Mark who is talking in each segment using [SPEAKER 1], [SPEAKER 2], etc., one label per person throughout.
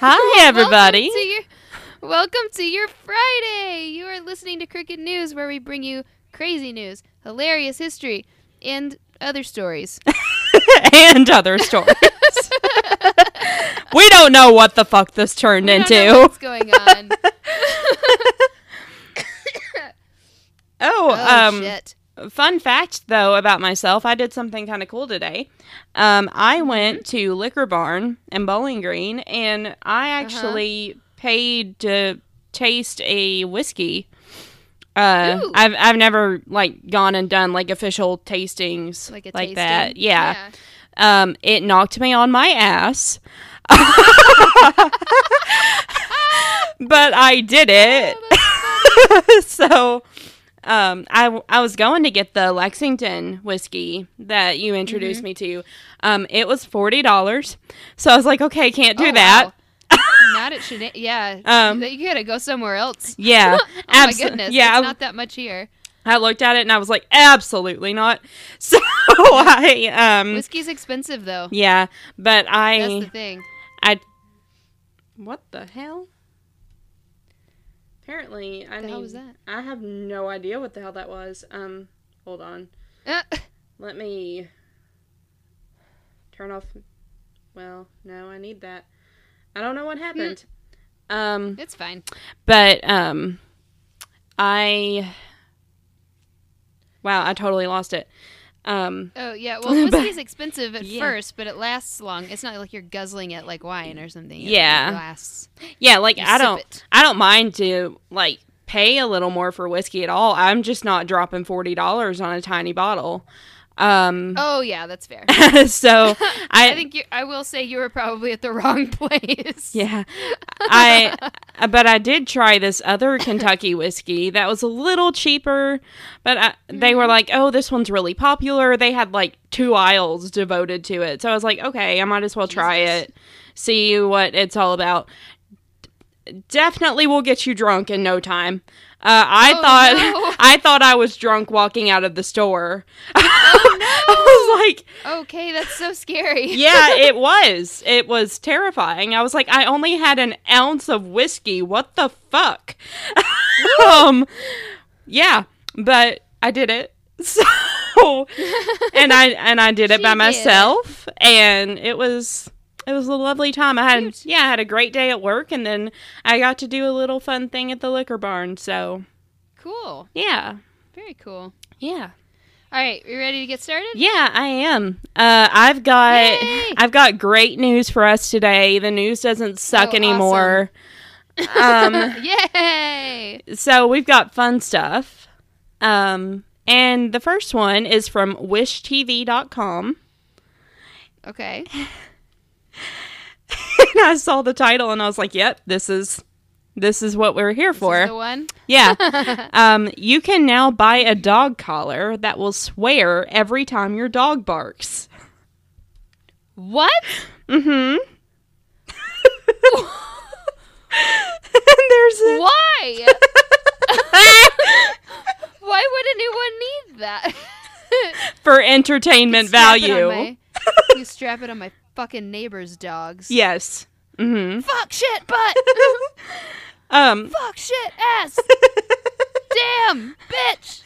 [SPEAKER 1] Hi, everybody.
[SPEAKER 2] Welcome to, your, welcome to your Friday. You are listening to Crooked News, where we bring you crazy news, hilarious history, and other stories.
[SPEAKER 1] and other stories. we don't know what the fuck this turned
[SPEAKER 2] We don't
[SPEAKER 1] into.
[SPEAKER 2] know what's going on?
[SPEAKER 1] Oh,
[SPEAKER 2] Oh
[SPEAKER 1] um,
[SPEAKER 2] shit!
[SPEAKER 1] fun fact though about myself, I did something kind of cool today. Um, I
[SPEAKER 2] Mm-hmm.
[SPEAKER 1] went to Liquor Barn in Bowling Green, and I
[SPEAKER 2] Uh-huh.
[SPEAKER 1] actually paid to taste a whiskey. Uh,
[SPEAKER 2] Ooh.
[SPEAKER 1] I've I've never like gone and done like official tastings like,
[SPEAKER 2] Like a tasting.
[SPEAKER 1] that. Yeah. Um, it knocked me on my ass. but I did it.
[SPEAKER 2] Oh,
[SPEAKER 1] so um, I, w- I was going to get the Lexington whiskey that you introduced
[SPEAKER 2] Mm-hmm.
[SPEAKER 1] me to. Um, it was $40. So I was like, okay, can't do
[SPEAKER 2] Oh,
[SPEAKER 1] that.
[SPEAKER 2] wow. Not at Shana- Yeah. Um,
[SPEAKER 1] Um,
[SPEAKER 2] you gotta go somewhere else.
[SPEAKER 1] Yeah.
[SPEAKER 2] oh
[SPEAKER 1] abso-
[SPEAKER 2] my goodness.
[SPEAKER 1] Yeah.
[SPEAKER 2] Yeah.
[SPEAKER 1] I-
[SPEAKER 2] It's not that much here.
[SPEAKER 1] I looked at it and I was like, absolutely not. So I, um,
[SPEAKER 2] Whiskey's expensive though.
[SPEAKER 1] yeah, but I,
[SPEAKER 2] That's the thing.
[SPEAKER 1] I. What the hell? Apparently, I
[SPEAKER 2] The hell
[SPEAKER 1] need-
[SPEAKER 2] was that?
[SPEAKER 1] I have no idea what the hell that was. Um, hold on.
[SPEAKER 2] Uh,
[SPEAKER 1] Let me turn off. Well, no, I need that. I don't know what
[SPEAKER 2] Hmm.
[SPEAKER 1] happened. Um,
[SPEAKER 2] it's fine.
[SPEAKER 1] but um, I. Wow, I totally lost it. Um,
[SPEAKER 2] Oh yeah. Well,
[SPEAKER 1] But-
[SPEAKER 2] whiskey's expensive at
[SPEAKER 1] Yeah.
[SPEAKER 2] first, but it lasts long. It's not like you're guzzling it like wine or something. It
[SPEAKER 1] Yeah.
[SPEAKER 2] lasts.
[SPEAKER 1] Yeah, like
[SPEAKER 2] You
[SPEAKER 1] I
[SPEAKER 2] sip
[SPEAKER 1] don't
[SPEAKER 2] it.
[SPEAKER 1] I don't mind to like pay a little more for whiskey at all. I'm just not dropping forty dollars on a tiny bottle. Um
[SPEAKER 2] Oh yeah, that's fair.
[SPEAKER 1] so I,
[SPEAKER 2] I think you, I will say you were probably at the wrong place.
[SPEAKER 1] yeah. I uh, but I did try this other Kentucky whiskey that was a little cheaper, but I, they
[SPEAKER 2] Mm-hmm.
[SPEAKER 1] were like, "Oh, this one's really popular." They had like two aisles devoted to it. So I was like, "Okay, I might as well try
[SPEAKER 2] Jesus.
[SPEAKER 1] it. See what it's all about." D- definitely will get you drunk in no time. Uh, I
[SPEAKER 2] Oh,
[SPEAKER 1] thought
[SPEAKER 2] no.
[SPEAKER 1] I thought I was drunk walking out of the store.
[SPEAKER 2] Oh,
[SPEAKER 1] I was like,
[SPEAKER 2] Okay, that's so scary.
[SPEAKER 1] yeah, it was. It was terrifying. I was like, I only had an ounce of whiskey. What the fuck? um, yeah, but I did it. So, and I and I did it
[SPEAKER 2] She
[SPEAKER 1] by
[SPEAKER 2] did.
[SPEAKER 1] myself, and it was it was a lovely time. I had
[SPEAKER 2] Cute.
[SPEAKER 1] yeah, I had a great day at work, and then I got to do a little fun thing at the liquor barn. So
[SPEAKER 2] Cool.
[SPEAKER 1] yeah,
[SPEAKER 2] Very cool.
[SPEAKER 1] yeah.
[SPEAKER 2] All right, you ready to get started?
[SPEAKER 1] Yeah, I am. Uh, I've got
[SPEAKER 2] Yay!
[SPEAKER 1] I've got great news for us today. The news doesn't suck
[SPEAKER 2] Oh,
[SPEAKER 1] anymore. um,
[SPEAKER 2] Yay!
[SPEAKER 1] so we've got fun stuff. Um, and the first one is from wishtv.com.
[SPEAKER 2] Okay.
[SPEAKER 1] and I saw the title and I was like, "Yep, this is this is what we're here
[SPEAKER 2] This
[SPEAKER 1] for."
[SPEAKER 2] is the one.
[SPEAKER 1] yeah. um, you can now buy a dog collar that will swear every time your dog barks.
[SPEAKER 2] What?
[SPEAKER 1] Mm-hmm. and there's a,
[SPEAKER 2] Why? Why would anyone need that?
[SPEAKER 1] for entertainment
[SPEAKER 2] Strap it on
[SPEAKER 1] value.
[SPEAKER 2] my- you strap it on my fucking neighbor's dogs.
[SPEAKER 1] Yes. Mm-hmm.
[SPEAKER 2] Fuck shit butt.
[SPEAKER 1] Um.
[SPEAKER 2] Fuck shit ass. Damn bitch.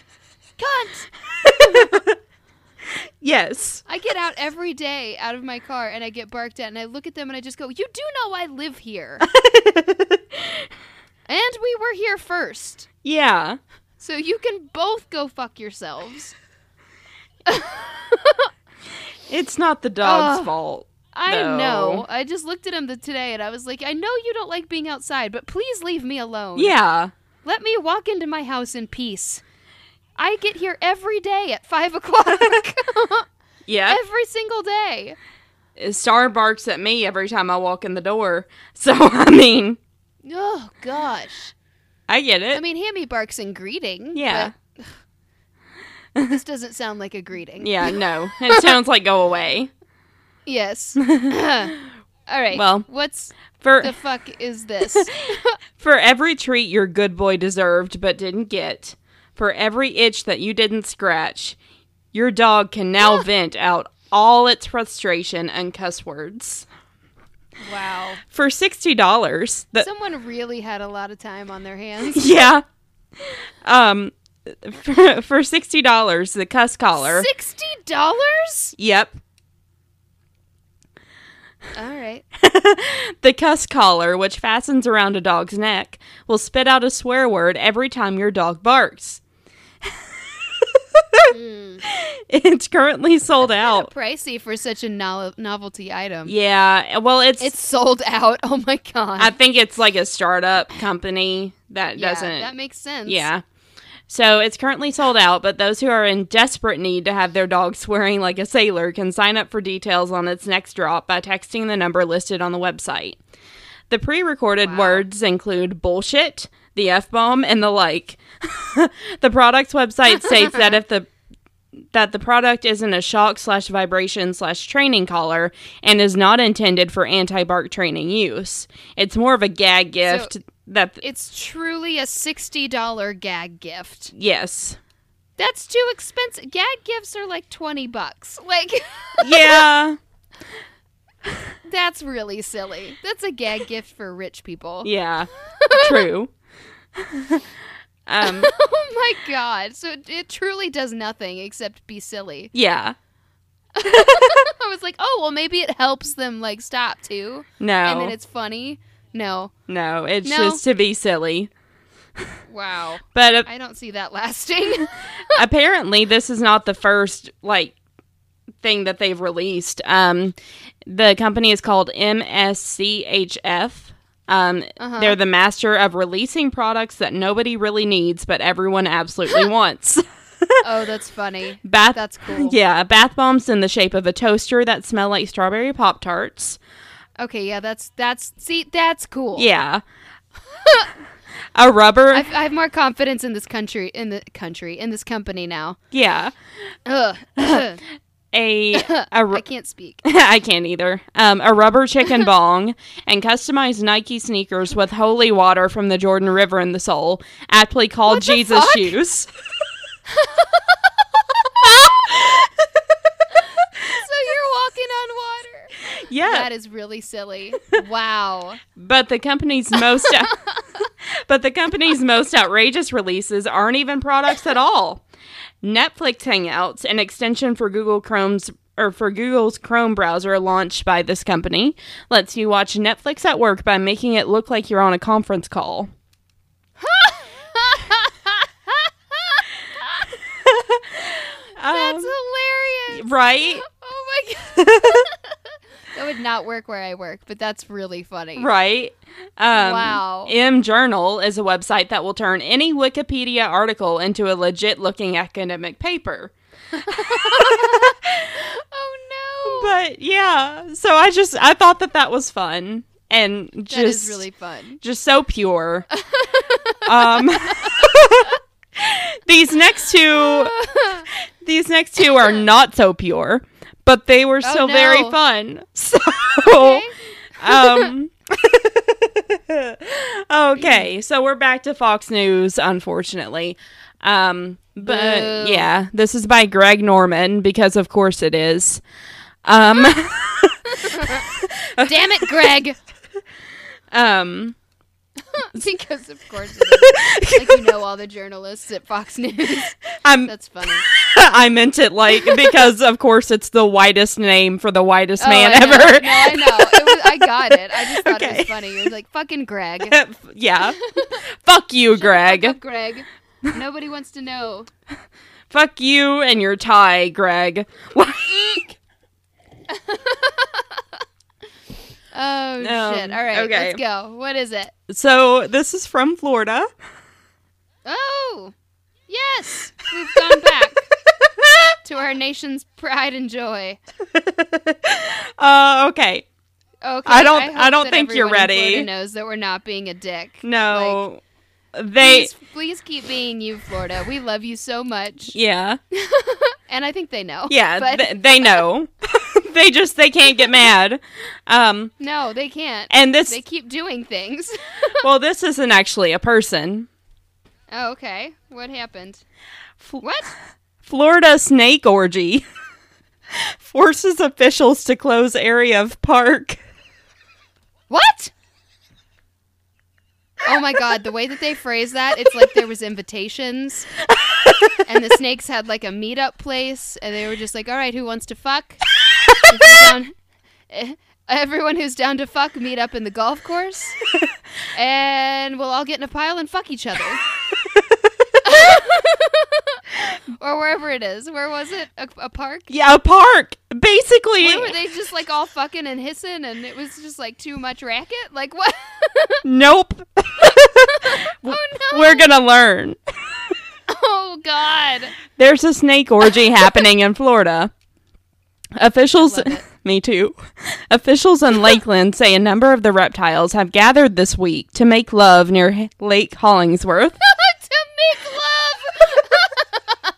[SPEAKER 2] Cunt.
[SPEAKER 1] yes.
[SPEAKER 2] I get out every day out of my car and I get barked at and I look at them and I just go, "You do know I live here." and we were here first.
[SPEAKER 1] Yeah.
[SPEAKER 2] So you can both go fuck yourselves.
[SPEAKER 1] It's not the dog's
[SPEAKER 2] Ugh.
[SPEAKER 1] fault.
[SPEAKER 2] I
[SPEAKER 1] No.
[SPEAKER 2] know. I just looked at him the, today and I was like, I know you don't like being outside, but please leave me alone.
[SPEAKER 1] Yeah.
[SPEAKER 2] Let me walk into my house in peace. I get here every day at five o'clock.
[SPEAKER 1] Yeah.
[SPEAKER 2] every single day.
[SPEAKER 1] Star barks at me every time I walk in the door. So I mean,
[SPEAKER 2] Oh gosh.
[SPEAKER 1] I get it.
[SPEAKER 2] I mean Hammy barks in greeting.
[SPEAKER 1] Yeah.
[SPEAKER 2] but this doesn't sound like a greeting.
[SPEAKER 1] yeah. No. It sounds like go away.
[SPEAKER 2] Yes. All right.
[SPEAKER 1] Well.
[SPEAKER 2] what's
[SPEAKER 1] For
[SPEAKER 2] the fuck is this?
[SPEAKER 1] For every treat your good boy deserved but didn't get, for every itch that you didn't scratch, your dog can now vent out all its frustration and cuss words.
[SPEAKER 2] Wow.
[SPEAKER 1] for sixty dollars. The
[SPEAKER 2] Someone really had a lot of time on their hands.
[SPEAKER 1] yeah, um, for, for sixty dollars, the cuss collar.
[SPEAKER 2] Sixty dollars?
[SPEAKER 1] Yep,
[SPEAKER 2] All right.
[SPEAKER 1] the cuss collar, which fastens around a dog's neck, will spit out a swear word every time your dog barks.
[SPEAKER 2] Mm.
[SPEAKER 1] It's currently sold out.
[SPEAKER 2] Pricey for such a no- novelty item.
[SPEAKER 1] Yeah, well, it's,
[SPEAKER 2] It's sold out. Oh my god.
[SPEAKER 1] I think it's like a startup company that
[SPEAKER 2] Yeah,
[SPEAKER 1] doesn't.
[SPEAKER 2] That makes sense.
[SPEAKER 1] Yeah. So it's currently sold out, but those who are in desperate need to have their dog swearing like a sailor can sign up for details on its next drop by texting the number listed on the website. The pre recorded
[SPEAKER 2] Wow.
[SPEAKER 1] words include bullshit, the F bomb, and the like. the product's website states that if the that the product isn't a shock slash vibration slash training collar and is not intended for anti bark training use. It's more of a gag gift that
[SPEAKER 2] It's truly a sixty dollar gag gift.
[SPEAKER 1] yes.
[SPEAKER 2] That's too expensive. Gag gifts are like twenty bucks. Like
[SPEAKER 1] yeah.
[SPEAKER 2] that's really silly. That's a gag gift for rich people.
[SPEAKER 1] Yeah. True. um
[SPEAKER 2] oh my god. So it, it truly does nothing except be silly.
[SPEAKER 1] yeah.
[SPEAKER 2] I was like, oh well, maybe it helps them like stop too,
[SPEAKER 1] No.
[SPEAKER 2] and then it's funny. No,
[SPEAKER 1] no, it's
[SPEAKER 2] No.
[SPEAKER 1] just to be silly.
[SPEAKER 2] wow,
[SPEAKER 1] But a-
[SPEAKER 2] I don't see that lasting.
[SPEAKER 1] apparently this is not the first like thing that they've released. Um the company is called MSCHF. Um
[SPEAKER 2] Uh-huh.
[SPEAKER 1] they're the master of releasing products that nobody really needs but everyone absolutely wants.
[SPEAKER 2] oh, that's funny.
[SPEAKER 1] Bath
[SPEAKER 2] That's cool.
[SPEAKER 1] Yeah, bath bombs in the shape of a toaster that smell like strawberry pop tarts.
[SPEAKER 2] Okay, yeah, that's that's see, that's cool.
[SPEAKER 1] Yeah. a rubber.
[SPEAKER 2] I've, I have more confidence in this country, in the country, in this company now.
[SPEAKER 1] yeah.
[SPEAKER 2] Ugh. Ugh.
[SPEAKER 1] A a ru-
[SPEAKER 2] I can't speak.
[SPEAKER 1] I can't either. Um, a rubber chicken bong and customized Nike sneakers with holy water from the Jordan River in the sole, aptly called
[SPEAKER 2] What the
[SPEAKER 1] Jesus
[SPEAKER 2] fuck?
[SPEAKER 1] shoes.
[SPEAKER 2] So you're walking on water.
[SPEAKER 1] yeah,
[SPEAKER 2] That is really silly. Wow.
[SPEAKER 1] but the company's most but the company's most outrageous releases aren't even products at all. Netflix Hangouts, an extension for Google Chrome's or for Google's Chrome browser launched by this company, lets you watch Netflix at work by making it look like you're on a conference call.
[SPEAKER 2] That's
[SPEAKER 1] Um,
[SPEAKER 2] hilarious.
[SPEAKER 1] right,
[SPEAKER 2] Oh my god. that would not work where I work, but that's really funny.
[SPEAKER 1] right. Um,
[SPEAKER 2] Wow.
[SPEAKER 1] M Journal is a website that will turn any Wikipedia article into a legit looking academic paper.
[SPEAKER 2] Oh no.
[SPEAKER 1] But yeah, so I just I thought that that was fun and just
[SPEAKER 2] that is really fun.
[SPEAKER 1] just so pure. um, these next two, these next two are not so pure, but they were still very
[SPEAKER 2] Oh, no.
[SPEAKER 1] fun. So,
[SPEAKER 2] Okay.
[SPEAKER 1] Oh. um, okay, so we're back to Fox News, unfortunately. Um,
[SPEAKER 2] Boo.
[SPEAKER 1] but yeah, this is by Greg Norman because, of course, it is. Um.
[SPEAKER 2] Damn it, Greg.
[SPEAKER 1] um.
[SPEAKER 2] because of course it is. like you know all the journalists at Fox News.
[SPEAKER 1] I'm
[SPEAKER 2] That's funny.
[SPEAKER 1] I meant it like because of course it's the whitest name for the whitest
[SPEAKER 2] Oh,
[SPEAKER 1] man
[SPEAKER 2] I know.
[SPEAKER 1] ever.
[SPEAKER 2] No, I know. It was, I got it. I just thought it
[SPEAKER 1] Okay.
[SPEAKER 2] was funny. You're like fucking Greg.
[SPEAKER 1] yeah. Fuck you, Greg.
[SPEAKER 2] Fuck up, Greg. Nobody wants to know.
[SPEAKER 1] Fuck you and your tie, Greg. Like,
[SPEAKER 2] Oh
[SPEAKER 1] Um,
[SPEAKER 2] shit. All right,
[SPEAKER 1] okay.
[SPEAKER 2] let's go. What is it?
[SPEAKER 1] so this is from Florida.
[SPEAKER 2] Oh, yes. We've gone back to our nation's pride and joy.
[SPEAKER 1] Uh, okay.
[SPEAKER 2] Okay.
[SPEAKER 1] I don't-
[SPEAKER 2] hope
[SPEAKER 1] I don't
[SPEAKER 2] that
[SPEAKER 1] think you're
[SPEAKER 2] everyone in
[SPEAKER 1] ready.
[SPEAKER 2] Florida knows that we're not being a dick. Like,
[SPEAKER 1] No. they
[SPEAKER 2] please, please keep being you, Florida. We love you so much,
[SPEAKER 1] Yeah.
[SPEAKER 2] and I think they know.
[SPEAKER 1] Yeah,
[SPEAKER 2] But
[SPEAKER 1] th- they know. they just they can't get mad. Um
[SPEAKER 2] no, they can't.
[SPEAKER 1] and this
[SPEAKER 2] they keep doing things.
[SPEAKER 1] well this isn't actually a person.
[SPEAKER 2] oh, okay. What happened?
[SPEAKER 1] Fl-
[SPEAKER 2] What?
[SPEAKER 1] Florida snake orgy forces officials to close area of park.
[SPEAKER 2] What? Oh my god, the way that they phrased that, it's like there was invitations and the snakes had like a meetup place and they were just like, "All right, who wants to fuck?" If you're down- eh, everyone who's down to fuck meet up in the golf course and we'll all get in a pile and fuck each other. or wherever it is. Where was it? A, a park?
[SPEAKER 1] Yeah, a park. Basically,
[SPEAKER 2] Where were they just like all fucking and hissing and it was just like too much racket? Like what?
[SPEAKER 1] nope.
[SPEAKER 2] oh no.
[SPEAKER 1] We're gonna learn.
[SPEAKER 2] Oh god.
[SPEAKER 1] There's a snake orgy happening in Florida. Officials,
[SPEAKER 2] I love it.
[SPEAKER 1] me too. Officials in Lakeland say a number of the reptiles have gathered this week to make love near H- Lake Hollingsworth.
[SPEAKER 2] to make love.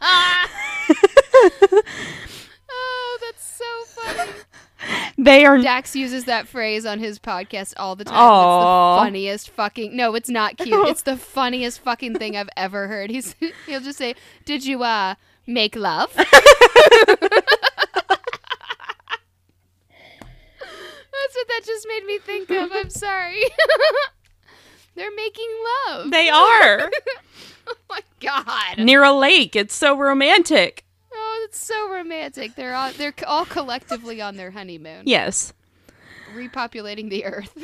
[SPEAKER 2] oh, that's so funny.
[SPEAKER 1] They are
[SPEAKER 2] Dax uses that phrase on his podcast all the time.
[SPEAKER 1] Aw.
[SPEAKER 2] It's the funniest fucking. No, it's not cute. It's the funniest fucking thing I've ever heard. He's he'll just say, "Did you uh make love?" that's what that just made me think of. I'm sorry. They're making love.
[SPEAKER 1] they are
[SPEAKER 2] oh my god.
[SPEAKER 1] near a lake. It's so romantic.
[SPEAKER 2] Oh, it's so romantic. They're all they're c- all collectively on their honeymoon,
[SPEAKER 1] Yes,
[SPEAKER 2] repopulating the earth. Hmm.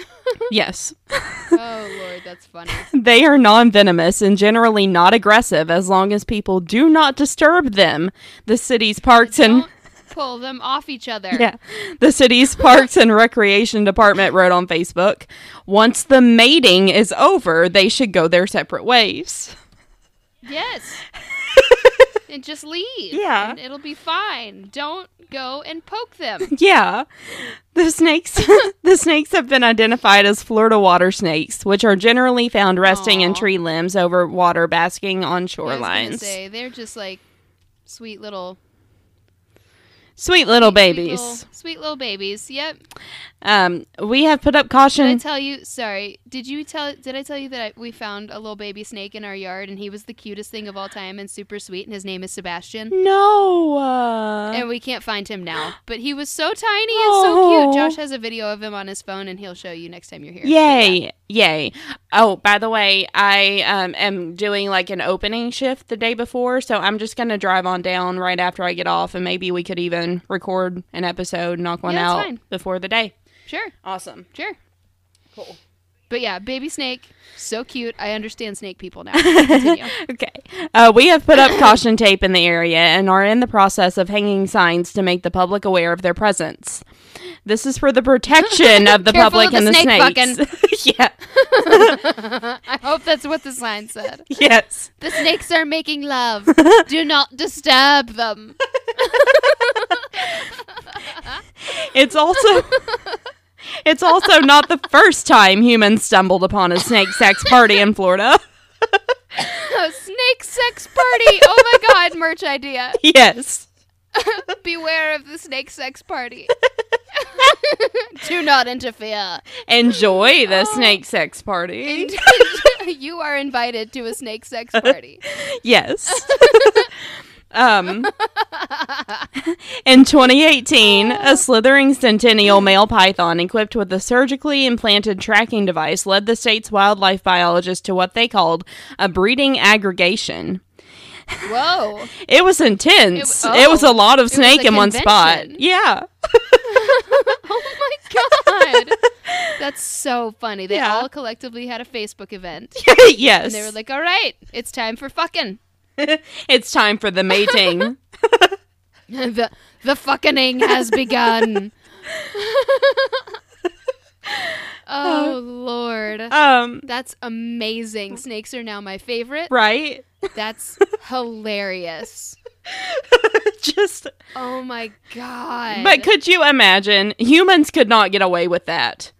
[SPEAKER 1] yes.
[SPEAKER 2] oh lord, that's funny.
[SPEAKER 1] They are non venomous and generally not aggressive as long as people do not disturb them. The city's parks and
[SPEAKER 2] Don't pull them off each other.
[SPEAKER 1] yeah, the city's parks and recreation department wrote on Facebook. Once the mating is over, they should go their separate ways.
[SPEAKER 2] Yes. and just leave.
[SPEAKER 1] Yeah.
[SPEAKER 2] And it'll be fine. Don't go and poke them.
[SPEAKER 1] Yeah, the snakes the snakes have been identified as Florida water snakes, which are generally found resting in
[SPEAKER 2] Aw.
[SPEAKER 1] tree limbs over water, basking on
[SPEAKER 2] I was gonna
[SPEAKER 1] shorelines.
[SPEAKER 2] say they're just like sweet little
[SPEAKER 1] Sweet little
[SPEAKER 2] sweet
[SPEAKER 1] babies.
[SPEAKER 2] little- sweet little babies. Yep.
[SPEAKER 1] Um, we have put up
[SPEAKER 2] Did I
[SPEAKER 1] caution.
[SPEAKER 2] tell you? Sorry. Did you tell? Did I tell you that I, we found a little baby snake in our yard, and he was the cutest thing of all time, and super sweet, and his name is Sebastian.
[SPEAKER 1] No. uh,
[SPEAKER 2] And we can't find him now, but he was so tiny and so
[SPEAKER 1] Oh.
[SPEAKER 2] cute. Josh has a video of him on his phone, and he'll show you next time you're here.
[SPEAKER 1] Yay. Yay. Oh, by the way, I um, am doing like an opening shift the day before. So I'm just going to drive on down right after I get off. And maybe we could even record an episode, knock one
[SPEAKER 2] Yeah, that's
[SPEAKER 1] out
[SPEAKER 2] fine.
[SPEAKER 1] before the day.
[SPEAKER 2] Sure,
[SPEAKER 1] Awesome.
[SPEAKER 2] sure.
[SPEAKER 1] Cool.
[SPEAKER 2] But yeah, baby snake, so cute. I understand snake people now. Continue.
[SPEAKER 1] Okay. Uh, we have put up caution tape in the area and are in the process of hanging signs to make the public aware of their presence. This is for the protection of the
[SPEAKER 2] Careful
[SPEAKER 1] public
[SPEAKER 2] of the
[SPEAKER 1] and the
[SPEAKER 2] snake
[SPEAKER 1] snakes. yeah.
[SPEAKER 2] I hope that's what the sign said.
[SPEAKER 1] Yes.
[SPEAKER 2] The snakes are making love. Do not disturb them.
[SPEAKER 1] It's also It's also not the first time humans stumbled upon a snake sex party in Florida.
[SPEAKER 2] A snake sex party. Oh my god, merch idea.
[SPEAKER 1] Yes.
[SPEAKER 2] Beware of the snake sex party. Do not interfere.
[SPEAKER 1] Enjoy the
[SPEAKER 2] Oh.
[SPEAKER 1] snake sex party.
[SPEAKER 2] you are invited to a snake sex party.
[SPEAKER 1] Yes. um in 2018,
[SPEAKER 2] Oh.
[SPEAKER 1] a slithering centennial male python equipped with a surgically implanted tracking device led the state's wildlife biologists to what they called a breeding aggregation.
[SPEAKER 2] Whoa.
[SPEAKER 1] It was intense. It,
[SPEAKER 2] oh.
[SPEAKER 1] was a lot of
[SPEAKER 2] was
[SPEAKER 1] snake
[SPEAKER 2] a
[SPEAKER 1] in one spot.
[SPEAKER 2] convention.
[SPEAKER 1] Yeah.
[SPEAKER 2] Oh my god. That's so funny. They
[SPEAKER 1] Yeah.
[SPEAKER 2] all collectively had a Facebook event.
[SPEAKER 1] yes.
[SPEAKER 2] And they were like, all right, it's time for fucking.
[SPEAKER 1] it's time for the mating.
[SPEAKER 2] the, the fucking has begun.
[SPEAKER 1] Uh,
[SPEAKER 2] oh, Lord.
[SPEAKER 1] um,
[SPEAKER 2] That's amazing. Snakes are now my favorite.
[SPEAKER 1] right?
[SPEAKER 2] That's hilarious.
[SPEAKER 1] Just
[SPEAKER 2] Oh my god.
[SPEAKER 1] but could you imagine humans could not get away with that.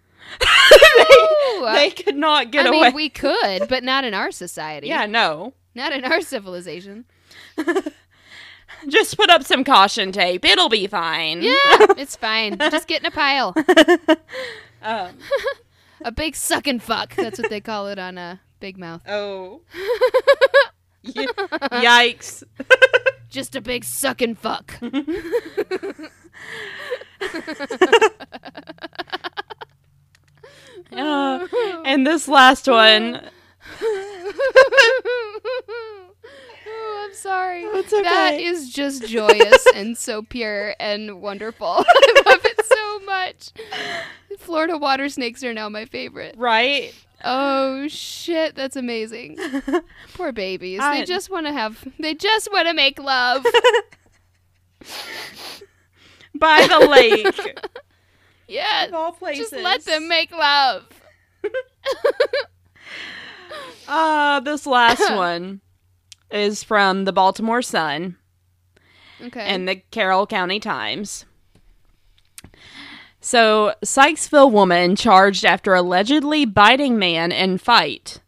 [SPEAKER 2] Ooh.
[SPEAKER 1] They could not get
[SPEAKER 2] I
[SPEAKER 1] away.
[SPEAKER 2] mean, we could, but not in our society.
[SPEAKER 1] yeah, no.
[SPEAKER 2] Not in our civilization.
[SPEAKER 1] Just put up some caution tape. It'll be fine.
[SPEAKER 2] Yeah, it's fine. Just get in a pile.
[SPEAKER 1] Um,
[SPEAKER 2] A big sucking fuck. That's what they call it on uh, Big Mouth.
[SPEAKER 1] oh. Y- Yikes.
[SPEAKER 2] Just a big sucking fuck.
[SPEAKER 1] Uh, and this last one,
[SPEAKER 2] oh, I'm sorry.
[SPEAKER 1] It's
[SPEAKER 2] That
[SPEAKER 1] okay.
[SPEAKER 2] is just joyous and so pure and wonderful. I love it so much. Florida water snakes are now my favorite.
[SPEAKER 1] right?
[SPEAKER 2] Oh shit, that's amazing. Poor babies.
[SPEAKER 1] I-
[SPEAKER 2] they just want to have they just want to make love.
[SPEAKER 1] By the lake,
[SPEAKER 2] Yes.
[SPEAKER 1] of all places.
[SPEAKER 2] Just let them make love.
[SPEAKER 1] Uh, this last one is from the Baltimore Sun.
[SPEAKER 2] Okay.
[SPEAKER 1] and the Carroll County Times. So, Sykesville woman charged after allegedly biting man in fight.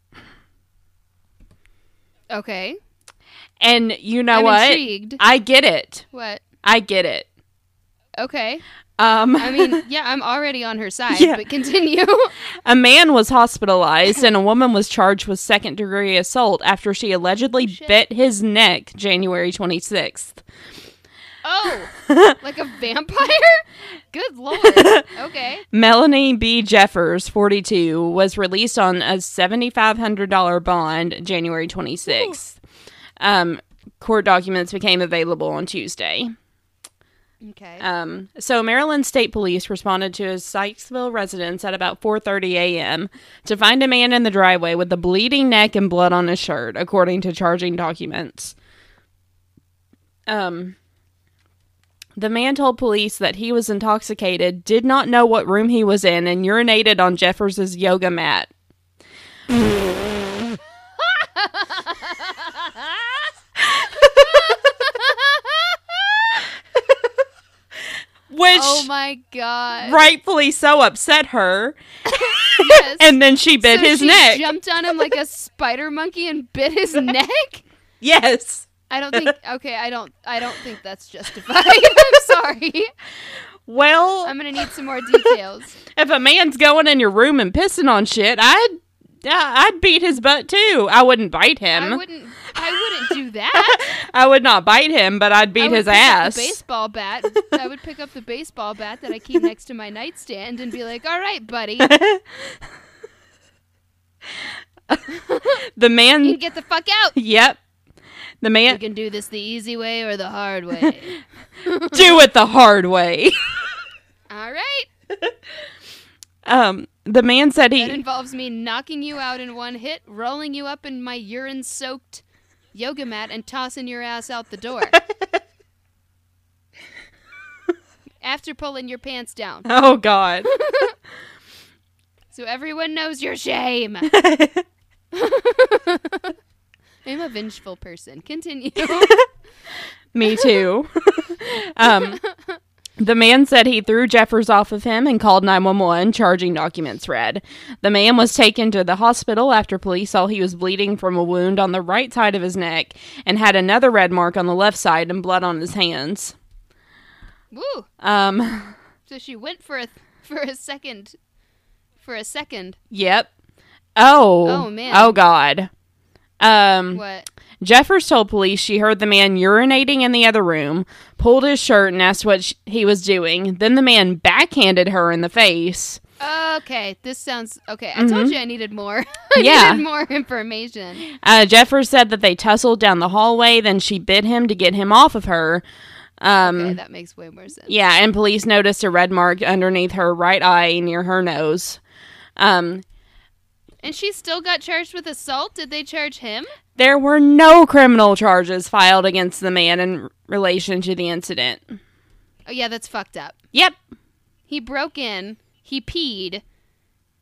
[SPEAKER 2] okay.
[SPEAKER 1] And you know
[SPEAKER 2] I'm
[SPEAKER 1] what?
[SPEAKER 2] intrigued.
[SPEAKER 1] I get it.
[SPEAKER 2] What?
[SPEAKER 1] I get it.
[SPEAKER 2] Okay.
[SPEAKER 1] Um,
[SPEAKER 2] I mean, yeah, I'm already on her side,
[SPEAKER 1] Yeah.
[SPEAKER 2] but continue.
[SPEAKER 1] a man was hospitalized and a woman was charged with second degree assault after she allegedly
[SPEAKER 2] Oh, Shit.
[SPEAKER 1] bit his neck January 26th.
[SPEAKER 2] oh, like a vampire? Good lord. Okay.
[SPEAKER 1] Melanie B. Jeffers, 42, was released on a $7,500 bond January 26th. Um, court documents became available on Tuesday.
[SPEAKER 2] Okay.
[SPEAKER 1] Um, so Maryland State Police responded to a Sykesville residence at about 4:30 a.m. to find a man in the driveway with a bleeding neck and blood on his shirt, according to charging documents. Um, the man told police that he was intoxicated, did not know what room he was in, and urinated on Jeffers' yoga mat. Which
[SPEAKER 2] oh my god.
[SPEAKER 1] rightfully so upset her,
[SPEAKER 2] Yes.
[SPEAKER 1] and then she bit
[SPEAKER 2] So
[SPEAKER 1] his
[SPEAKER 2] she
[SPEAKER 1] neck.
[SPEAKER 2] Jumped on him like a spider monkey and bit his neck.
[SPEAKER 1] yes.
[SPEAKER 2] I don't think. Okay, I don't. I don't think that's justified. I'm sorry.
[SPEAKER 1] Well,
[SPEAKER 2] I'm gonna need some more details.
[SPEAKER 1] if a man's going in your room and pissing on shit, I'd I- I'd beat his butt too. I wouldn't bite him.
[SPEAKER 2] I wouldn't. I wouldn't do that.
[SPEAKER 1] I would not bite him, but I'd
[SPEAKER 2] I
[SPEAKER 1] beat
[SPEAKER 2] would
[SPEAKER 1] his
[SPEAKER 2] pick up the
[SPEAKER 1] ass.
[SPEAKER 2] baseball bat. I would pick up the baseball bat that I keep next to my nightstand and be like, "All right, buddy, you
[SPEAKER 1] The man,
[SPEAKER 2] can get the fuck out.
[SPEAKER 1] yep, the
[SPEAKER 2] You
[SPEAKER 1] man
[SPEAKER 2] can do this the easy way or the hard way.
[SPEAKER 1] do it the hard way.
[SPEAKER 2] All right."
[SPEAKER 1] um, the man said
[SPEAKER 2] That
[SPEAKER 1] he
[SPEAKER 2] involves me knocking you out in one hit, rolling you up in my urine soaked yoga mat, and tossing your ass out the door. After pulling your pants down.
[SPEAKER 1] oh god,
[SPEAKER 2] So everyone knows your shame. I'm a vengeful person. Continue.
[SPEAKER 1] me too. um, the man said he threw Jeffers off of him and called 911, charging documents read. The man was taken to the hospital after police saw he was bleeding from a wound on the right side of his neck and had another red mark on the left side and blood on his hands.
[SPEAKER 2] Woo.
[SPEAKER 1] Um,
[SPEAKER 2] So she went for a for a second. For a second.
[SPEAKER 1] yep. Oh.
[SPEAKER 2] Oh, man.
[SPEAKER 1] Oh god. Um
[SPEAKER 2] What?
[SPEAKER 1] Jeffers told police she heard the man urinating in the other room, pulled his shirt and asked what sh- he was doing. Then the man backhanded her in the face.
[SPEAKER 2] Okay, this sounds okay. I told you I needed more. I
[SPEAKER 1] Yeah.
[SPEAKER 2] needed more information.
[SPEAKER 1] Uh, Jeffers said that they tussled down the hallway, then she bit him to get him off of her. Um,
[SPEAKER 2] Okay, that makes way more sense.
[SPEAKER 1] Yeah, and police noticed a red mark underneath her right eye near her nose. Um,
[SPEAKER 2] And she still got charged with assault? Did they charge him?
[SPEAKER 1] there were no criminal charges filed against the man in r- relation to the incident.
[SPEAKER 2] Oh, yeah, that's fucked up.
[SPEAKER 1] Yep.
[SPEAKER 2] He broke in, he peed,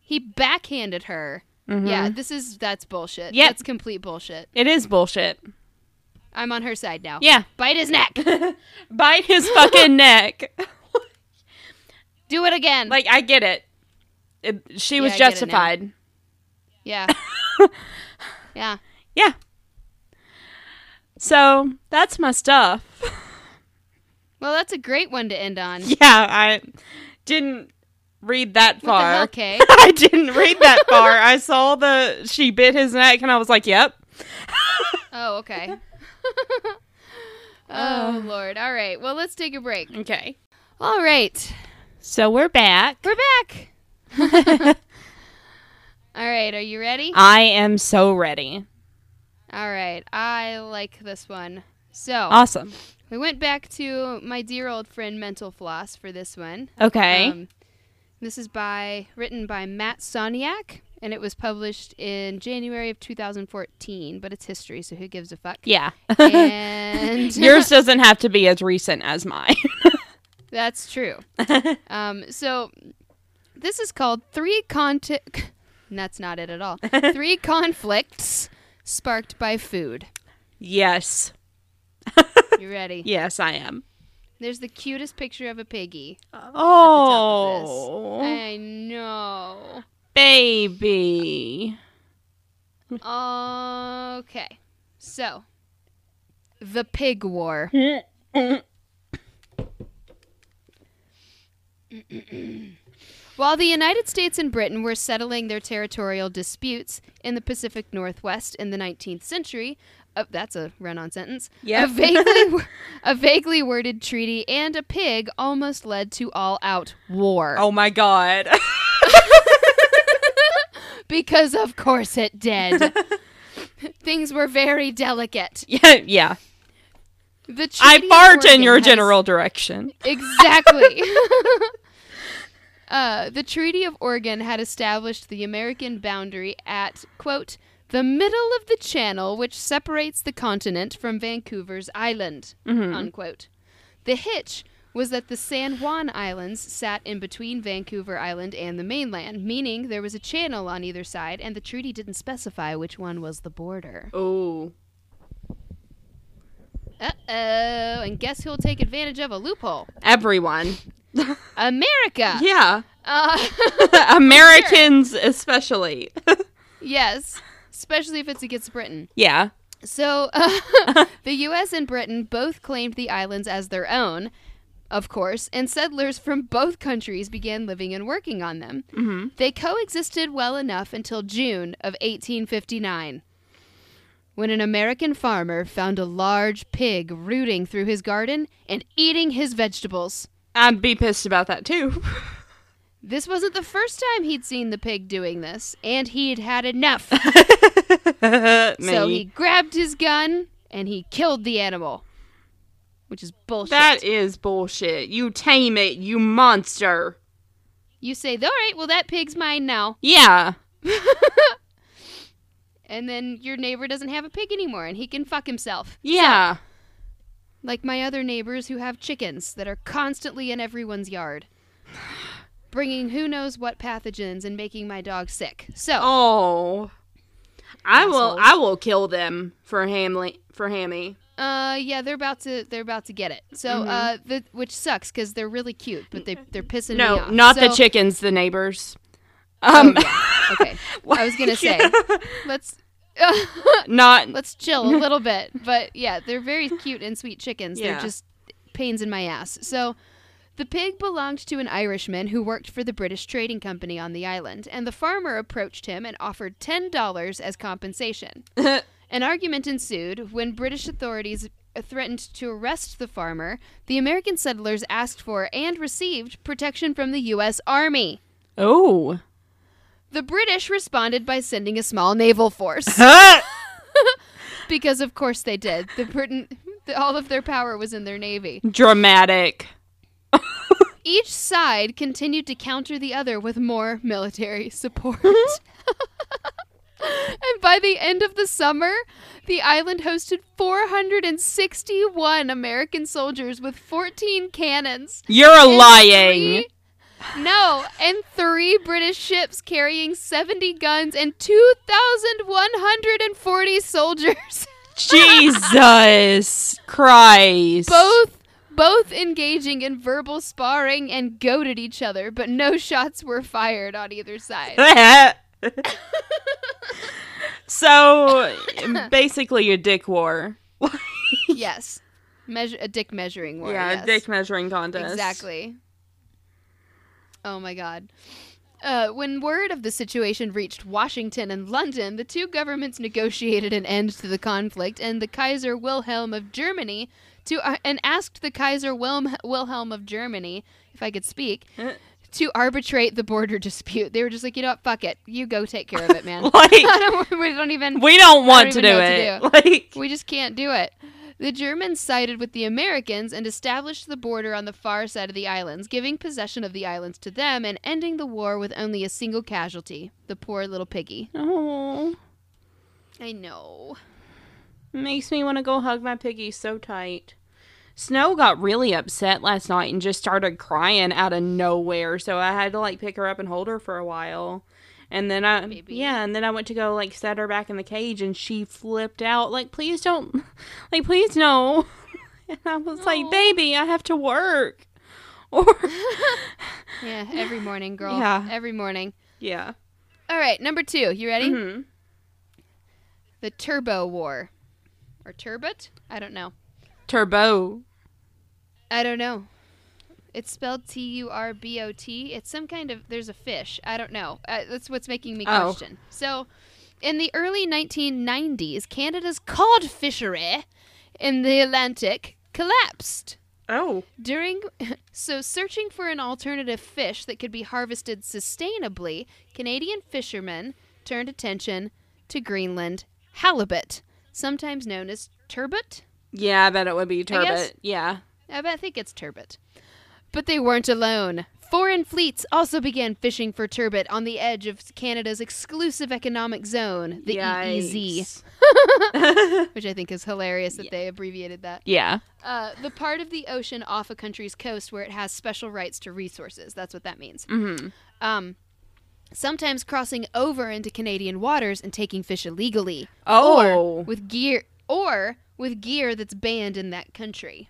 [SPEAKER 2] he backhanded her. Yeah, this is that's bullshit.
[SPEAKER 1] Mm-hmm. Yep.
[SPEAKER 2] That's complete bullshit.
[SPEAKER 1] It is bullshit.
[SPEAKER 2] I'm on her side now.
[SPEAKER 1] Yeah.
[SPEAKER 2] Bite his neck.
[SPEAKER 1] Bite his fucking neck.
[SPEAKER 2] Do it again.
[SPEAKER 1] Like, I get it. It- she was
[SPEAKER 2] I get it now.
[SPEAKER 1] justified.
[SPEAKER 2] yeah. yeah.
[SPEAKER 1] Yeah. So, that's my stuff.
[SPEAKER 2] Well, that's a great one to end on.
[SPEAKER 1] Yeah, I didn't read that
[SPEAKER 2] What the
[SPEAKER 1] far.
[SPEAKER 2] hell, Kay?
[SPEAKER 1] I didn't read that far. I saw the she bit his neck and I was like, "Yep."
[SPEAKER 2] Oh, okay.
[SPEAKER 1] Uh.
[SPEAKER 2] oh, Lord. All right. Well, let's take a break.
[SPEAKER 1] Okay.
[SPEAKER 2] All right.
[SPEAKER 1] So we're back.
[SPEAKER 2] We're back. All right, are you ready?
[SPEAKER 1] I am so ready.
[SPEAKER 2] All right, I like this one. So
[SPEAKER 1] Awesome.
[SPEAKER 2] we went back to my dear old friend Mental Floss for this one.
[SPEAKER 1] Okay.
[SPEAKER 2] Um, this is by written by Matt Soniak, and it was published in January of 2014. But it's history, so who gives a fuck?
[SPEAKER 1] yeah.
[SPEAKER 2] And
[SPEAKER 1] Yours doesn't have to be as recent as mine.
[SPEAKER 2] that's true. Um, so this is called three conti- That's not it at all. three conflicts sparked by food.
[SPEAKER 1] yes.
[SPEAKER 2] You ready?
[SPEAKER 1] Yes, I am.
[SPEAKER 2] There's the cutest picture of a piggy.
[SPEAKER 1] Oh,
[SPEAKER 2] I know.
[SPEAKER 1] baby.
[SPEAKER 2] Okay. So, the pig war. While the United States and Britain were settling their territorial disputes in the Pacific Northwest in the 19th century, uh, that's a run-on sentence.
[SPEAKER 1] Yep.
[SPEAKER 2] A vaguely, wo- a vaguely worded treaty and a pig almost led to all-out war.
[SPEAKER 1] oh my god.
[SPEAKER 2] Because of course it did. Things were very delicate.
[SPEAKER 1] yeah, yeah.
[SPEAKER 2] The
[SPEAKER 1] I
[SPEAKER 2] Treaty of
[SPEAKER 1] fart in your
[SPEAKER 2] Working has-
[SPEAKER 1] general direction.
[SPEAKER 2] Exactly. uh, the Treaty of Oregon had established the American boundary at, quote, the middle of the channel which separates the continent from Vancouver's island,
[SPEAKER 1] Mm-hmm.
[SPEAKER 2] unquote. The hitch was that the San Juan Islands sat in between Vancouver Island and the mainland, meaning there was a channel on either side, and the treaty didn't specify which one was the border.
[SPEAKER 1] Oh.
[SPEAKER 2] Uh oh, and guess who'll take advantage of a loophole?
[SPEAKER 1] Everyone.
[SPEAKER 2] America!
[SPEAKER 1] Yeah.
[SPEAKER 2] Uh,
[SPEAKER 1] Americans especially.
[SPEAKER 2] Yes, especially if it's against Britain.
[SPEAKER 1] yeah.
[SPEAKER 2] So, the U.S. and Britain both claimed the islands as their own, of course, and settlers from both countries began living and working on them.
[SPEAKER 1] Mhm.
[SPEAKER 2] They coexisted well enough until June of 1859. When an American farmer found a large pig rooting through his garden and eating his vegetables.
[SPEAKER 1] I'd be pissed about that too.
[SPEAKER 2] This wasn't the first time he'd seen the pig doing this, and he'd had enough. So he
[SPEAKER 1] Me.
[SPEAKER 2] grabbed his gun and he killed the animal, which is bullshit.
[SPEAKER 1] That is bullshit. You tame it, you monster.
[SPEAKER 2] you say, all right, well, that pig's mine now.
[SPEAKER 1] Yeah.
[SPEAKER 2] And then your neighbor doesn't have a pig anymore and he can fuck himself.
[SPEAKER 1] Yeah.
[SPEAKER 2] Like my other neighbors who have chickens that are constantly in everyone's yard, bringing who knows what pathogens and making my dog sick. So,
[SPEAKER 1] Oh. I will
[SPEAKER 2] Assholes.
[SPEAKER 1] I will kill them for Hamley for Hammy.
[SPEAKER 2] uh, yeah, they're about to they're about to get it. So,
[SPEAKER 1] Mm-hmm.
[SPEAKER 2] uh, the, which sucks because they're really cute, but they they're pissing me
[SPEAKER 1] No,
[SPEAKER 2] off.
[SPEAKER 1] not the
[SPEAKER 2] So-
[SPEAKER 1] chickens, the neighbors. Um
[SPEAKER 2] Okay, I was gonna say let's. Uh,
[SPEAKER 1] not
[SPEAKER 2] let's chill a little bit. But yeah, they're very cute and sweet chickens.
[SPEAKER 1] Yeah.
[SPEAKER 2] They're just pains in my ass. So the pig belonged to an Irishman who worked for the British Trading Company on the island, and the farmer approached him and offered $10 as compensation. An argument ensued when British authorities threatened to arrest the farmer. The American settlers asked for and received protection from the U.S. Army.
[SPEAKER 1] Oh.
[SPEAKER 2] The British responded by sending a small naval force. Because of course they did. The Britain, the, all of their power was in their navy.
[SPEAKER 1] Dramatic.
[SPEAKER 2] Each side continued to counter the other with more military support. and by the end of the summer, the island hosted 461 American soldiers with 14 cannons.
[SPEAKER 1] You're
[SPEAKER 2] and
[SPEAKER 1] lying.
[SPEAKER 2] three- no, and three British ships carrying 70 guns and 2,140 soldiers.
[SPEAKER 1] Jesus Christ.
[SPEAKER 2] both both engaging in verbal sparring and goaded each other, but no shots were fired on either side.
[SPEAKER 1] so basically a dick war.
[SPEAKER 2] yes. Measure a dick measuring war.
[SPEAKER 1] yeah,
[SPEAKER 2] yes.
[SPEAKER 1] a dick measuring contest.
[SPEAKER 2] Exactly. Oh my god. Uh, when word of the situation reached Washington and London, the two governments negotiated an end to the conflict and the Kaiser Wilhelm of Germany to uh, and asked the Kaiser Wilhelm, Wilhelm of Germany, if I could speak, to arbitrate the border dispute. They were just like, you know what, fuck it, you go take care of it, man.
[SPEAKER 1] Like-
[SPEAKER 2] I don't- we don't even
[SPEAKER 1] We don't want to
[SPEAKER 2] even
[SPEAKER 1] do
[SPEAKER 2] know what to
[SPEAKER 1] it.
[SPEAKER 2] do.
[SPEAKER 1] Like,
[SPEAKER 2] we just can't do it. The Germans sided with the Americans and established the border on the far side of the islands, giving possession of the islands to them and ending the war with only a single casualty the poor little piggy.
[SPEAKER 1] oh,
[SPEAKER 2] I know.
[SPEAKER 1] makes me want to go hug my piggy so tight. Snow got really upset last night and just started crying out of nowhere. So I had to like pick her up and hold her for a while. And then I,
[SPEAKER 2] Baby.
[SPEAKER 1] yeah, and then I went to go like set her back in the cage and she flipped out. Like, please don't, like, please no. And I was like,
[SPEAKER 2] No.
[SPEAKER 1] baby, I have to work. Or,
[SPEAKER 2] Yeah, every morning, girl.
[SPEAKER 1] Yeah.
[SPEAKER 2] Every morning.
[SPEAKER 1] yeah.
[SPEAKER 2] All right, number two. You ready?
[SPEAKER 1] hmm
[SPEAKER 2] The Turbo War. Or Turbot? I don't know.
[SPEAKER 1] Turbo.
[SPEAKER 2] I don't know. It's spelled T U R B O T. It's some kind of. There's a fish. I don't know. Uh, that's what's making me
[SPEAKER 1] Oh.
[SPEAKER 2] question. So, in the early 1990s, Canada's cod fishery in the Atlantic collapsed.
[SPEAKER 1] Oh.
[SPEAKER 2] During so searching for an alternative fish that could be harvested sustainably, Canadian fishermen turned attention to Greenland halibut, sometimes known as turbot.
[SPEAKER 1] Yeah, I bet it would be
[SPEAKER 2] I guess-
[SPEAKER 1] turbot. Yeah.
[SPEAKER 2] I bet- I think it's turbot. But they weren't alone. Foreign fleets also began fishing for turbot on the edge of Canada's exclusive economic zone, the E EEZ,
[SPEAKER 1] Yikes.
[SPEAKER 2] which I think is hilarious that they abbreviated that.
[SPEAKER 1] yeah.
[SPEAKER 2] Uh, the part of the ocean off a country's coast where it has special rights to resources. That's what that means.
[SPEAKER 1] Mm-hmm.
[SPEAKER 2] Um, sometimes crossing over into Canadian waters and taking fish illegally,
[SPEAKER 1] Oh.
[SPEAKER 2] or with gear, or with gear that's banned in that country,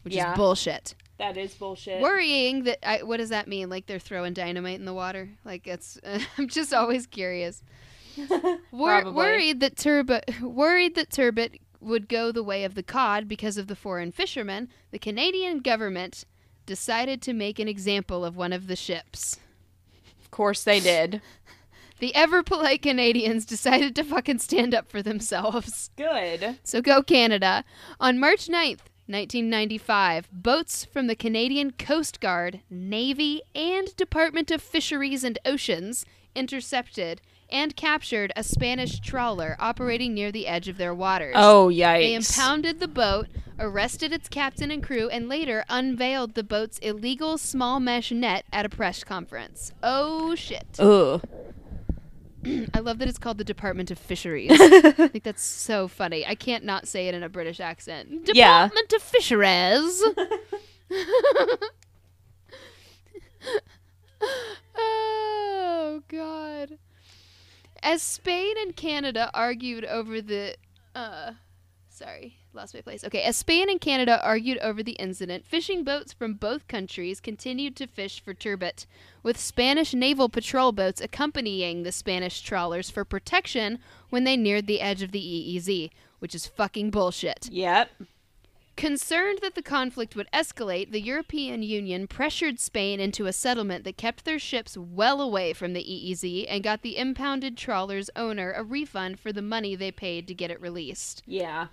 [SPEAKER 2] which
[SPEAKER 1] Yeah.
[SPEAKER 2] is bullshit.
[SPEAKER 1] that is bullshit.
[SPEAKER 2] worrying that I, what does that mean like they're throwing dynamite in the water like it's i'm just always curious Wor-
[SPEAKER 1] Probably.
[SPEAKER 2] worried that turbot worried that turbot would go the way of the cod because of the foreign fishermen the canadian government decided to make an example of one of the ships
[SPEAKER 1] Of course they did.
[SPEAKER 2] the ever polite canadians decided to fucking stand up for themselves
[SPEAKER 1] Good.
[SPEAKER 2] So go Canada. On March 9th, 1995, boats from the Canadian Coast Guard, Navy, and Department of Fisheries and Oceans intercepted and captured a Spanish trawler operating near the edge of their waters.
[SPEAKER 1] Oh yikes.
[SPEAKER 2] They impounded the boat, arrested its captain and crew, and later unveiled the boat's illegal small mesh net at a press conference. Oh shit.
[SPEAKER 1] Ugh.
[SPEAKER 2] I love that it's called the Department of Fisheries. I think that's so funny. I can't not say it in a British accent.
[SPEAKER 1] Yeah.
[SPEAKER 2] Department of Fisheries. oh God. As Spain and Canada argued over the uh sorry, lost my place. Okay, as Spain and Canada argued over the incident, fishing boats from both countries continued to fish for turbot, with Spanish naval patrol boats accompanying the Spanish trawlers for protection when they neared the edge of the EEZ, which is fucking bullshit.
[SPEAKER 1] Yep.
[SPEAKER 2] Concerned that the conflict would escalate, the European Union pressured Spain into a settlement that kept their ships well away from the EEZ and got the impounded trawler's owner a refund for the money they paid to get it released.
[SPEAKER 1] Yeah.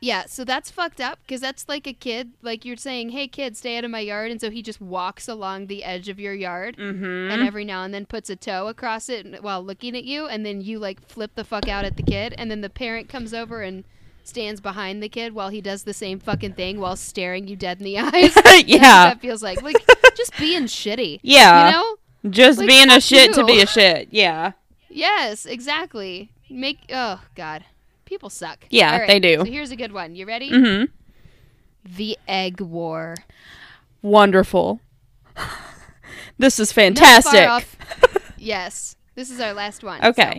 [SPEAKER 2] Yeah, so that's fucked up because that's like a kid, like you're saying, hey kid, stay out of my yard. And so he just walks along the edge of your yard
[SPEAKER 1] Mm-hmm.
[SPEAKER 2] and every now and then puts a toe across it and- while looking at you. And then you like flip the fuck out at the kid. And then the parent comes over and stands behind the kid while he does the same fucking thing while staring you dead in the eyes.
[SPEAKER 1] yeah.
[SPEAKER 2] that feels like, like just being shitty.
[SPEAKER 1] Yeah.
[SPEAKER 2] You know?
[SPEAKER 1] Just
[SPEAKER 2] like,
[SPEAKER 1] being a
[SPEAKER 2] fuck
[SPEAKER 1] shit to
[SPEAKER 2] you.
[SPEAKER 1] be a shit. Yeah.
[SPEAKER 2] Yes, exactly. Make, oh God. People suck.
[SPEAKER 1] Yeah,
[SPEAKER 2] All right,
[SPEAKER 1] they do.
[SPEAKER 2] So here's a good one. You ready?
[SPEAKER 1] Mm-hmm.
[SPEAKER 2] The egg war.
[SPEAKER 1] Wonderful. this is
[SPEAKER 2] Not
[SPEAKER 1] fantastic.
[SPEAKER 2] far off- yes. This is our last one.
[SPEAKER 1] Okay.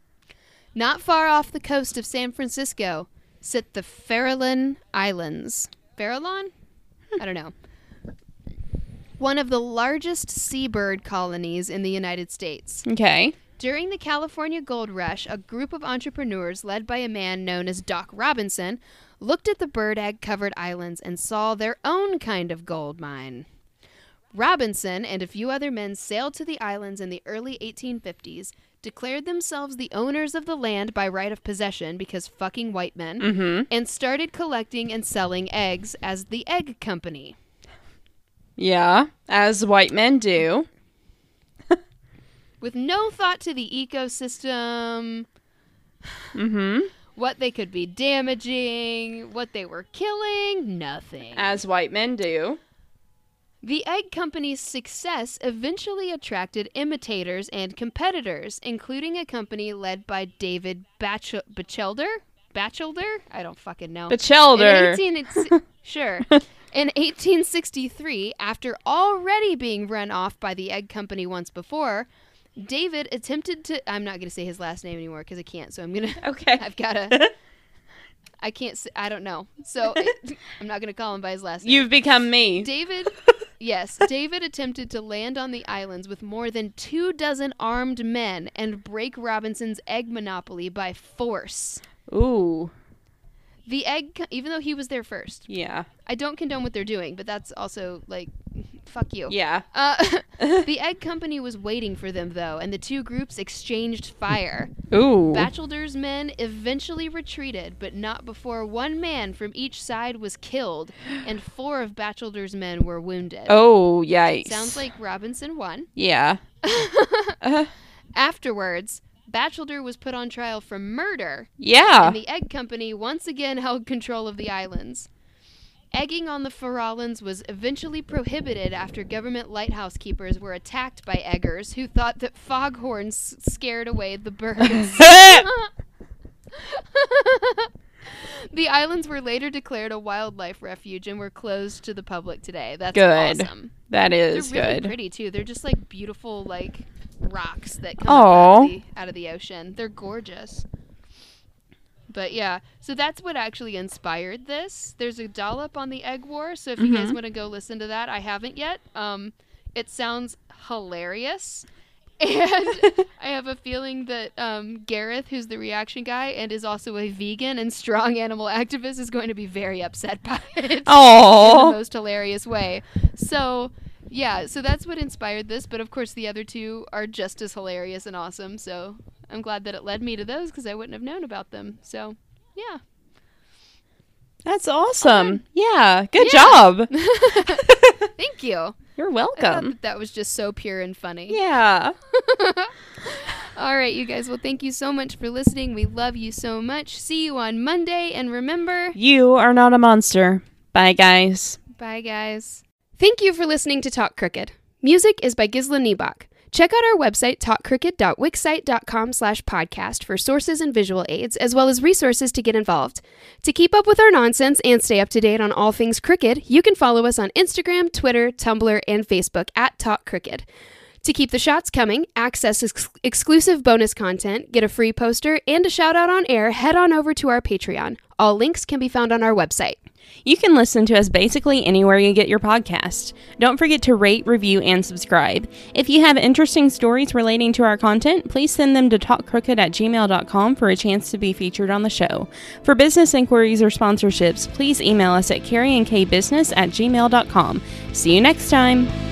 [SPEAKER 2] So, not far off the coast of San Francisco sit the Farallon Islands. Farallon? I don't know. One of the largest seabird colonies in the United States.
[SPEAKER 1] Okay.
[SPEAKER 2] During the California gold rush, a group of entrepreneurs led by a man known as Doc Robinson looked at the bird egg covered islands and saw their own kind of gold mine. Robinson and a few other men sailed to the islands in the early 1850s, declared themselves the owners of the land by right of possession because fucking white men,
[SPEAKER 1] Mm-hmm.
[SPEAKER 2] and started collecting and selling eggs as the Egg Company.
[SPEAKER 1] Yeah, as white men do.
[SPEAKER 2] with no thought to the ecosystem,
[SPEAKER 1] hmm
[SPEAKER 2] what they could be damaging, what they were killing, nothing.
[SPEAKER 1] As white men do.
[SPEAKER 2] The egg company's success eventually attracted imitators and competitors, including a company led by David Bachel- Bachelder. Bachelder? I don't fucking know.
[SPEAKER 1] Bachelder.
[SPEAKER 2] In 18 it's- sure. In 1863, after already being run off by the egg company once before, David attempted to. I'm not going to say his last name anymore because I can't. So I'm going to.
[SPEAKER 1] Okay.
[SPEAKER 2] I've got to. I can't. s I don't know. So it, I'm not going to call him by his last name.
[SPEAKER 1] You've become me.
[SPEAKER 2] David, yes, David attempted to land on the islands with more than two dozen armed men and break Robinson's egg monopoly by force.
[SPEAKER 1] Ooh.
[SPEAKER 2] The egg, co- even though he was there first,
[SPEAKER 1] Yeah.
[SPEAKER 2] I don't condone what they're doing, but that's also like, fuck you.
[SPEAKER 1] Yeah.
[SPEAKER 2] Uh, the egg company was waiting for them though, and the two groups exchanged fire.
[SPEAKER 1] Ooh.
[SPEAKER 2] Bachelder's men eventually retreated, but not before one man from each side was killed, and four of Bachelder's men were wounded.
[SPEAKER 1] oh, yikes.
[SPEAKER 2] Sounds like Robinson won.
[SPEAKER 1] Yeah. Uh,
[SPEAKER 2] Afterwards, Bachelder was put on trial for murder,
[SPEAKER 1] yeah.
[SPEAKER 2] and the egg company once again held control of the islands. Egging on the Farallons was eventually prohibited after government lighthouse keepers were attacked by eggers who thought that foghorns scared away the birds. the islands were later declared a wildlife refuge and were closed to the public today. That's
[SPEAKER 1] Good.
[SPEAKER 2] awesome.
[SPEAKER 1] that is
[SPEAKER 2] They're really
[SPEAKER 1] good.
[SPEAKER 2] pretty too. They're just like beautiful like rocks that come up out,
[SPEAKER 1] Aw.
[SPEAKER 2] of the, out of the ocean. They're gorgeous. But yeah, so that's what actually inspired this. There's a dollop on the egg war, so if you
[SPEAKER 1] Mm-hmm.
[SPEAKER 2] guys want to go listen to that, I haven't yet. Um, it sounds hilarious. And I have a feeling that um, Gareth, who's the reaction guy and is also a vegan and strong animal activist, is going to be very upset by it in the
[SPEAKER 1] Oh.
[SPEAKER 2] most hilarious way. So, yeah, so that's what inspired this. But of course, the other two are just as hilarious and awesome. So I'm glad that it led me to those because I wouldn't have known about them. So, yeah.
[SPEAKER 1] That's awesome. Yeah. Good
[SPEAKER 2] Yeah.
[SPEAKER 1] job.
[SPEAKER 2] Thank you.
[SPEAKER 1] You're
[SPEAKER 2] I thought
[SPEAKER 1] welcome.
[SPEAKER 2] that, that was just so pure and funny.
[SPEAKER 1] Yeah.
[SPEAKER 2] All right, you guys. Well, thank you so much for listening. We love you so much. See you on Monday. And remember,
[SPEAKER 1] You are not a monster. Bye, guys.
[SPEAKER 2] Bye, guys. Thank you for listening to Talk Crooked. Music is by Gisla Niebach. Check out our website, talkcrooked.wixsite.com slash podcast for sources and visual aids, as well as resources to get involved. To keep up with our nonsense and stay up to date on all things crooked, you can follow us on Instagram, Twitter, Tumblr, and Facebook at Talk Crooked. To keep the shots coming, access ex- exclusive bonus content, get a free poster, and a shout out on air, head on over to our Patreon. All links can be found on our website.
[SPEAKER 1] You can listen to us basically anywhere you get your podcast. Don't forget to rate, review, and subscribe. If you have interesting stories relating to our content, please send them to talkcrooked at gmail.com for a chance to be featured on the show. For business inquiries or sponsorships, please email us at carrieandkbusiness at gmail.com. See you next time.